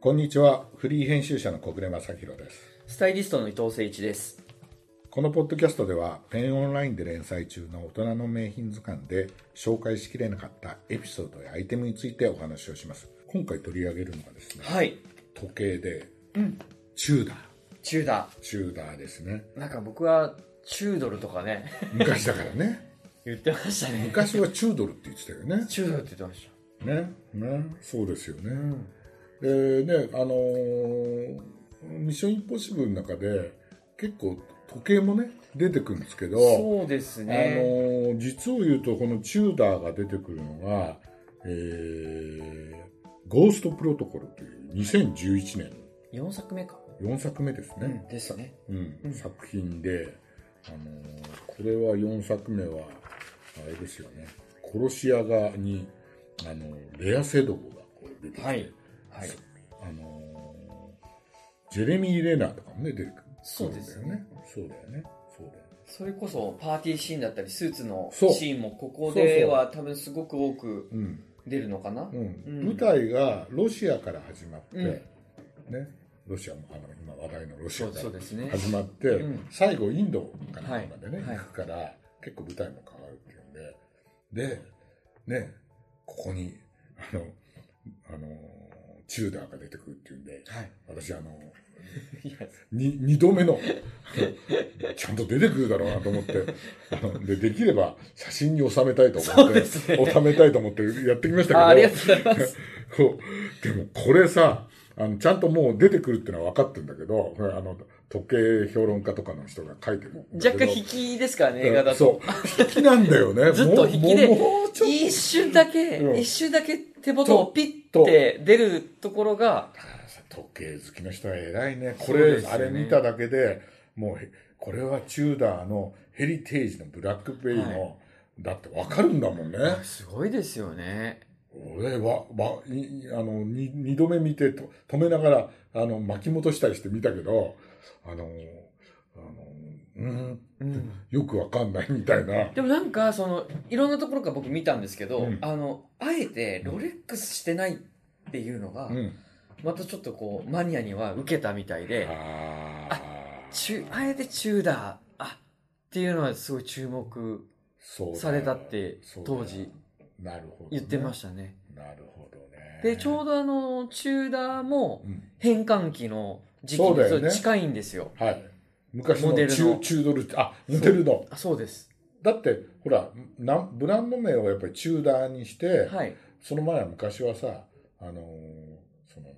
こんにちはフリー編集者の小暮正弘ですスタイリストの伊藤誠一です。このポッドキャストではペンオンラインで連載中の大人の名品図鑑で紹介しきれなかったエピソードやアイテムについてお話をします今回取り上げるのがですねはい。時計で、チューダーチューダチューダーですねー。なんか僕は、チュードルとかね、昔だからね 言ってましたね。昔はチュードルって言ってたよねチュードルって言ってましねねそうですよね、でねあのーミッションインポッシブル」の中で結構時計もね出てくるんですけどた。そうですあのね。ー実を言うとこのチューダーが出てくるのが、えーゴーストプロトコル」という2011 4作目か。年4作目ですね、ですね。うん作品で、あのーこれは4作目はあれですよね殺し屋側に、あのーレアセドゴがこう出てきて、はい。はい。あのージェレミー・レナーとかもね出てくるそうですよねそうだよねそうだよねそれこそ、パーティーシーンだったり、スーツのシそうーンも、ここでは多分すごく多くうん出るのかな。うんうん舞台がロシアから始まって、うんね、ロシアもあの今話題のロシそアうかそうらですね。始まって、うん最後インドかなんかまでね、はい行くから結構舞台も変わるっていうんででねここにあのあのチューダーが出てくるっていうんではい。私あの いや、に二度目のちゃんと出てくるだろうなと思ってあのでできれば写真に収めたいと思そうって、ですね収めたいと思ってやってきましたけどあありがとうございます。そうでもこれさあのちゃんともう出てくるってのは分かってるんだけどこれあの時計評論家とかの人が書いてるんだけ若ど干引きですからね、映画だと。そう引きなんだよね ずっと引きでもうもうもうちょっと一瞬だけ、うん一瞬だけ手元をピちょッっとて出るところが、だからさ時計好きの人は偉いねこそうれですよあねれ見ただけでもうへこれはチューダーのヘリテージのブラックペイの、はいだって分かるんだもんねすごいですよね。俺は、わいあの、に二度目見てと、止めながら、あの、巻き戻したりして見たけど、あの、あの、うん、うん。よくわかんないみたいな。でもなんかそのいろんなところから僕見たんですけど、うんあのあえてロレックスしてないっていうのが、うん。またちょっとこうマニアには受けたみたいで、ああ。チュあえてチューダーあっていうのはすごい注目そうだよされたってそうだよ当時なるほどね、言ってましたねなるほどね。でちょうどあのチューダーもうん変換期の時期そうだよねに近いんですよはい。昔のモデルの中中ドルって、あ、モデルの。あそうですだって、ほら、なブランド名をやっぱりチューダーにして、はいその前は昔はさ、あのーその何、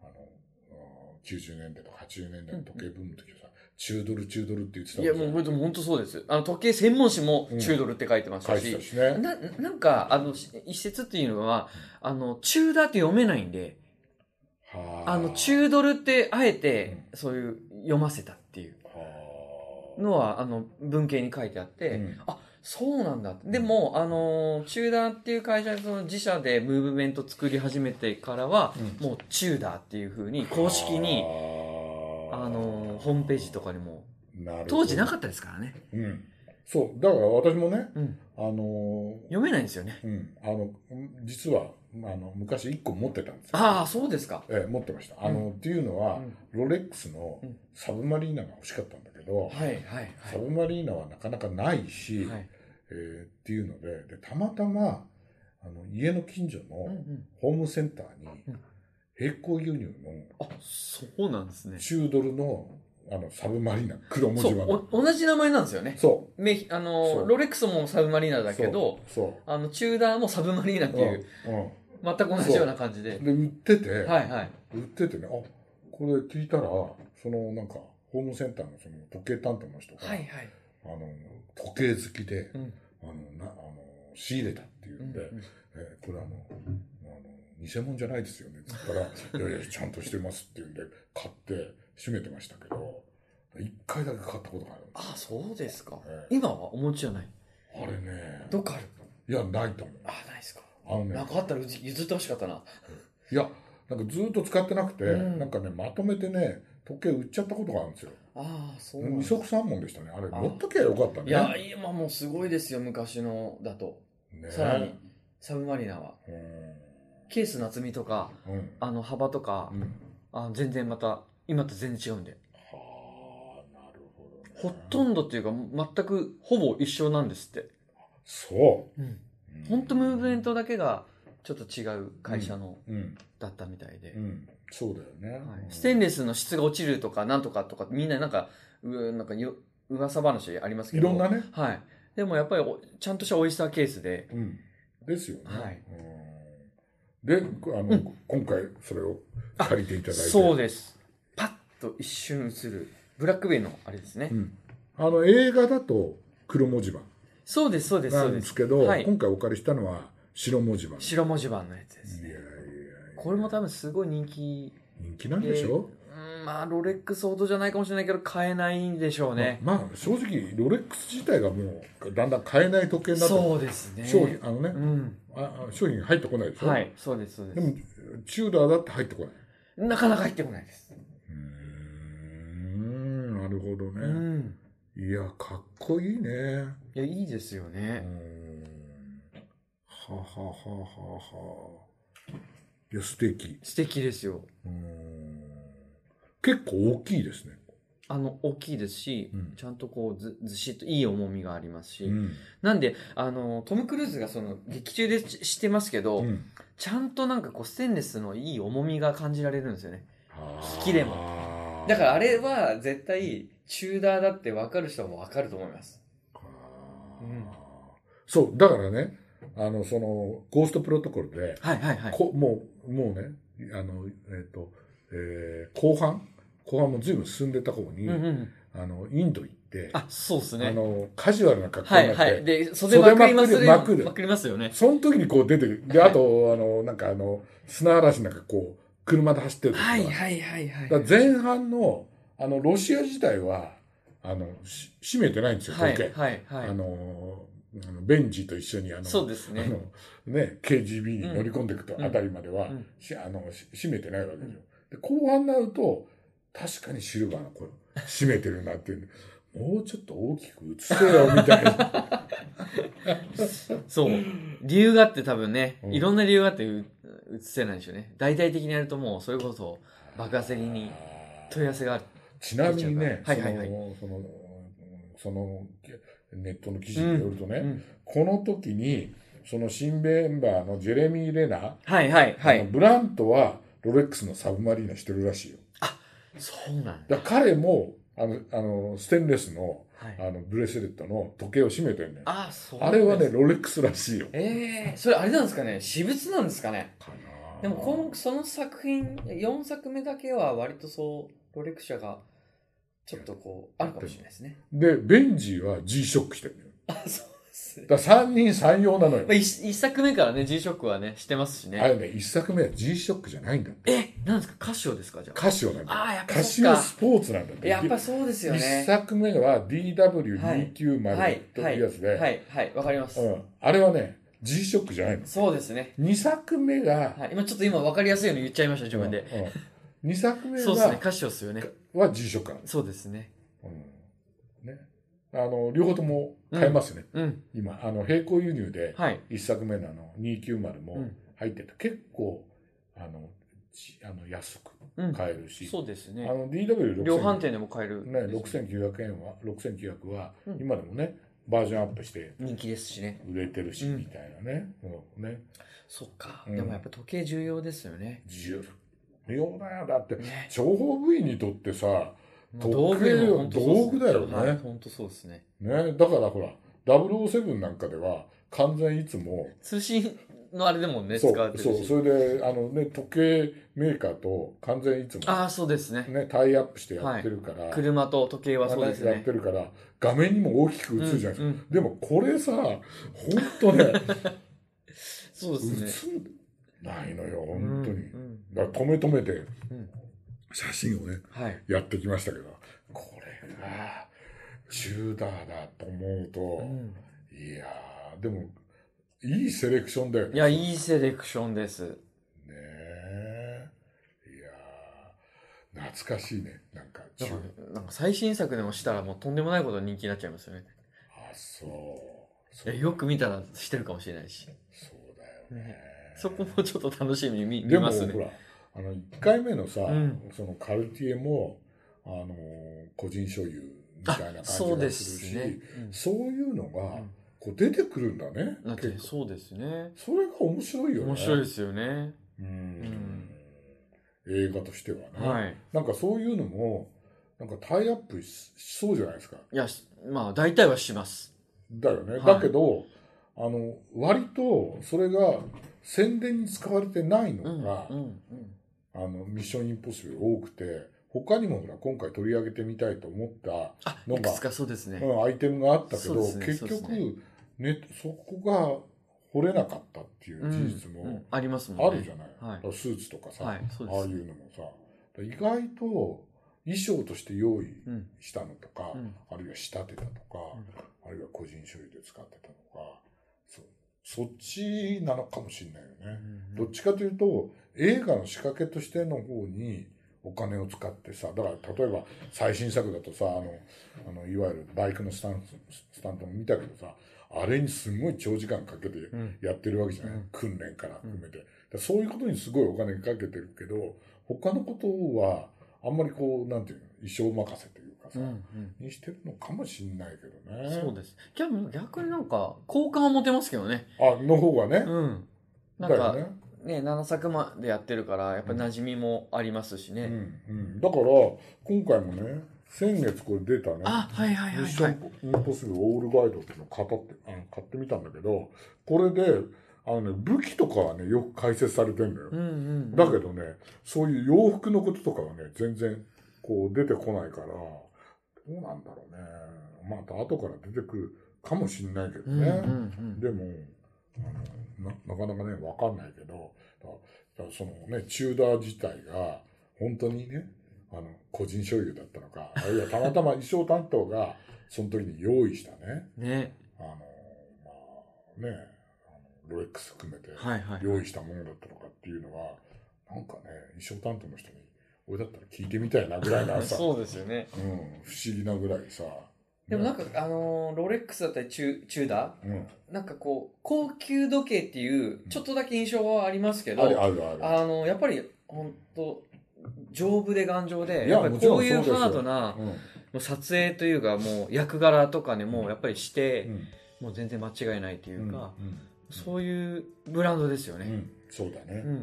あのうん90年代とか80年代の時計ブームの時はさ、中ドル中ドルって言ってたいもんねやもうこれでも本当そうですあの時計専門誌もチュードルって書いてまし書たいし、てたしね。ななんかあのし一説っていうのはあの中だって読めないんではあの中ドルってあえてうそういう読ませたっていうはのはあの文献に書いてあって、うんあそうなんだでもあの中ダーっていう会社その自社でムーブメント作り始めてからは、うんもう中ダーっていうふうに公式にはあのホームページとかにもなるほど当時なかったですからね、うん。そう、だから私もね、うん、あのー読めないんですよねうん、あの、実は、あの、昔1個持ってたんですよ。ああそうですか、ええ持ってました。あの、っていうのは、うんロレックスのうんサブマリーナが欲しかったんだけど、はいはいサブマリーナはなかなかないし、はいはいえーっていうのででたまたまあの家の近所うんうのんホームセンターにうん並行輸入あそうなんですねの中ドルのあのサブマリーナ黒文そ字盤うお同じ名前なんですよねそめあそのうロレックスもサブマリーナうだけどそうあのチューダーもサブマリーナってそういう、全く同じような感じでうんうんで売ってて、はいはい売っててねあこれ聞いたらそのなんかホームセンターのその時計担当の人が、はいはい、あの時計好きでうんあのなあの仕入れたっていうんで、えーこれあの、あの、偽物じゃないですよねって言った ら、いやいや、ちゃんとしてますって言うんで、買って閉めてましたけど、一回だけ買ったことがあるんであそうですか、ええ今はお持ちじゃないす。あれね、どっかあるいや、ないと思う。あないですかあのなねん、かあったらうち譲ってほしかったないや、なんかずっと使ってなくて、うんなんかね、まとめてね、時計売っちゃったことがあるんですよ。ああそうなん二です足三本でしたね。あれ、あ持っときゃよかったね。いや今もうすごいですよ昔のだとねさらにサブマリーナはうんケース夏美とか、うん。あの、幅とかう、ん。あ全然また、今と全然違うんで。はあ、なるほど、ね。ほとんどっていうか、全く、ほぼ一緒なんですって。そうん。う。ほんとムーブメントだ。だけが、ちょっと違う会社の、うん。だったみたいでう。ん。そうだよね。はいうんステンレスの質が落ちるとか、なんとかとか、みんななんか、うなんかよ噂話ありますけいど。ろんなね。はい。でもやっぱりお、ちゃんとしたオイスターケースで、うん。ですよね。はいうん。で、あの、うん今回それを借りていただいて。そうでです。パッと一瞬映る、ブラックベイのあれですね。ん。あの、映画だと黒文字盤そうです、そうです、なそうんでですす。けど、はい今回お借りしたのは白文字盤。白文字盤のやつでいすやいやねい。や。これも多分すごい人気人気なんでしょ、うん、まあ、ロレックスほどじゃないかもしれないけど、買えないんでしょうね。まあ、まあ正直ロレックス自体がもうだんだん買えない時計になってそうですね。商品あのね、うん。ああ商品入ってこないでしょ、はい、そうです、そうででもチューダーだって入ってこないす。なかなか入ってこないです。うーんなるほどうね、ん。いやかっこいいねういや、いいですよーね。んははははははいや素敵素敵ですよ。うーん結構大きいですねあの、大きいですし、うんちゃんとこう、ず、ずしっといい重みがありますし。うんなんで、あの、トム・クルーズがその、劇中でししてますけど、うんちゃんとなんかこう、ステンレスのいい重みが感じられるんですよね。引きでもあーだからあれは、絶対、チューダーだって分かる人も分かると思います。うんそう、だからね、あの、その、ゴーストプロトコルで、はいはいはい。こもう、もうね、あの、えっ、と、えー後半、後半も随分進んでた方に、うんうん。あの、インド行って、ああ、そうですね。の、カジュアルな格好はにいなって、はい。で、袖まくりますよ袖ね。まくるまくるまくりますよね。その時にこう出てくる。で、あと、あの、なんかあの、砂嵐なんかこう、車で走ってる時とかはいはいはいはい。だから前半の、あの、ロシア自体は、あの、し閉めてないんですよ、はい時計はいはあい。の、あのベンジーと一緒に、あの、そうですあね。のね、KGB に乗り込んでいくとうんあたりまでは、うんしあのし閉めてないわけですよ。で後半になると確かにシルバーの声閉めてるなっていうんでもうちょっと大きく映せよみ たいなそう。理由があって多分ね、うんいろんな理由があってう映せないんでしょうね。大々的にやるともう、それこそ爆発的に問い合わせがある。ちなみにね、はいはいはいそのそのそのネットの記事によるとね、うんこの時にその新メンバーのジェレミー・レナ、はいはいはあのい。ブラントはロレックスのサブマリーナしてるらしいよ。そうなんだ。だから彼もあのあのステンレスのはい、あのブレスレットの時計を締めてるね。ああ、そうれはね、ですロレックスらしいよ。ええそれあれなんですかね私物なんですかねでもこ今、その作品、4作目だけは割とそう、ロレクシャが、ちょっとこう、あるかもしれないですね。で、ベンジーは G ショックしてるのよ。あ、そうですね。だから3人三様なのよまあ、。一一作目からね、G-SHOCK はね、してますしね。あれね、1作目は G ショックじゃないんだって。え、なんですかカシオですかじゃあ。カシオなんだよあーやっぱそっかカシオスポーツなんだって。やっぱそうですよ1ね。作目は DW290 というやつはで、い、はい、わかります。うんあれはね、G ショックじゃないの。そうですね。 2作目が、はい、今ちょっと今わかりやすいように言っちゃいました、自分で。 2作目そうですね、はカシオですよね。は G ショックなんですそうですね。うんね、あの両方とも買えますね、うん。今あの並行輸入ではい。 1作目のあの290うもん入ってて、結構あのちあの安くうん。買えるし、そうですあね。の DW6000 量販店でも買える。ね、6900円は6900はうん今でもねバージョンアップして人気ですしね。売れてるし、うんみたいなね,、うん、ねそっか。うんでもやっぱ時計重要ですよね。重要だよだってね。諜報部員にとってさ、時計も本当そう道です具だよねはい、本当そうですね。ね、だからほら007なんかでは完全いつも通信のあれでもんね、使そわうれてるし。そうそれであの、ね、時計メーカーと完全にいつも、ああ、そうですね。ね、タイアップしてやってるから、車と時計はそうですやっねて。るから画面にも大きく映るじゃないですか、うんうんでもこれさ本当ね そうですね。映んないのよう本ん当に、うんだから止め止めてうん写真をねはい。やってきましたけどこれがチューダーだと思うと、うんいやーでもいいセレクションだよねいや、いいセレクションです。ねえいやー懐かしいねなんかだ中からなんか最新作でもしたらもうとんでもないことに人気になっちゃいますよね。あそういそうやよく見たらしてるかもしれないし。そうだよねそこもちょっと楽しみに見で見も、ますねほ。ら、あの、1回目のさ、んそのカルティエも、あの、個人所有みたいな感じがすそうでるすし、ね。そういうのがうん、こう出てくるんだね。だって結構そうですね。それが面白いよね。面白いですよね。うん。映画としてはね。はい。なんかそういうのも、なんかタイアップししそうじゃないですか。いや、しまあ大体はします。だよね。はいだけど、あの、割とそれが宣伝に使われてないのうが、ん。うん。うんあの、ミッションインポッシブル多くて、他にもほら、今回取り上げてみたいと思った、あ、のいがくつかそうですね。うんアイテムがあったけそど、うですね結そうですね局、ね、そこが掘れなかったっていううん事実うもんありますもあんね。るじゃない。はいだからスーツとかさ、はい、そうああいです。うのもさ、意外と衣装として用意うん。したのとか、うんあるいは仕立てたとか、あるいは個人所有で使ってたのか、そそっちなのかもしれないよね。どっちかというと、映画の仕掛けとしての方にお金を使ってさ、だから例えば最新作だとさ、あの、あのいわゆるバイクのスタンスタントも見たけどさ、あれにすごい長時間かけてうんやってるわけじゃない、うん訓練から含めて。だからそういうことにすごいお金かけてるけど、他のことはあんまりこう、なんていうの、衣装任せというかさ、うんうんにしてるのかもしんないけどね。そうです。逆に逆になんか、好感は持てますけどね。あ、の方がね。うん。なんだよか、ね。ね、7作までやってるから、やっぱり馴染みもありますしね。うんうん、だから今回もね先月これ出たねあ、はいはいミはッい、シはョンい。インポッシブルオールガイドっていうのを買ったってあの買ってみたんだけどこれであの、ね、武器とかはねよく解説されてんのよ、うんうん。だけどねそういう洋服のこととかはね全然こう出てこないからどうなんだろうねまた後から出てくるかもしんないけどうんうんね、うん。でもあのななかなかね分かんないけどだだからそのねチューダー自体が本当にねあの個人所有だったのかあるいはたまたま衣装担当がその時に用意したねね。あのまあねあのロレックス含めてはいはい。用意したものだったのかっていうのはなんかね衣装担当の人に俺だったら聞いてみたいなぐらいなさ、うん、そうですよね。不思議なぐらいさでもなんねか、あのーロレックスだったりチュ、チューダうん、ーなんかこう、高級時計っていう、ちょっとだけ印象はありますけど、あるあるあるあの、やっぱり、本当丈夫で頑丈で、いややっぱりこういうもちろんそうですよハードな、もうんう撮影というか、もう役柄とかね、もうやっぱりして、うんもう全然間違いないというか、うんうんそういうブランドですようね。ん、そうだね、うんう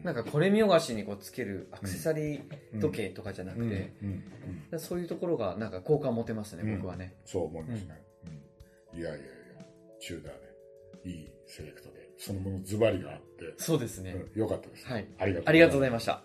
んなんかこれ見よがしにこうつけるアクセサリー時計とかじゃなくて、うんだかうんうんらそういうところがなんか好感持てますね、うん僕はね。そう思いますね、うんいやいやいやチューダーでいいセレクトでそのものズバリがあって、そうですね。うんよかったです、はい。ありがとうありがとうございました。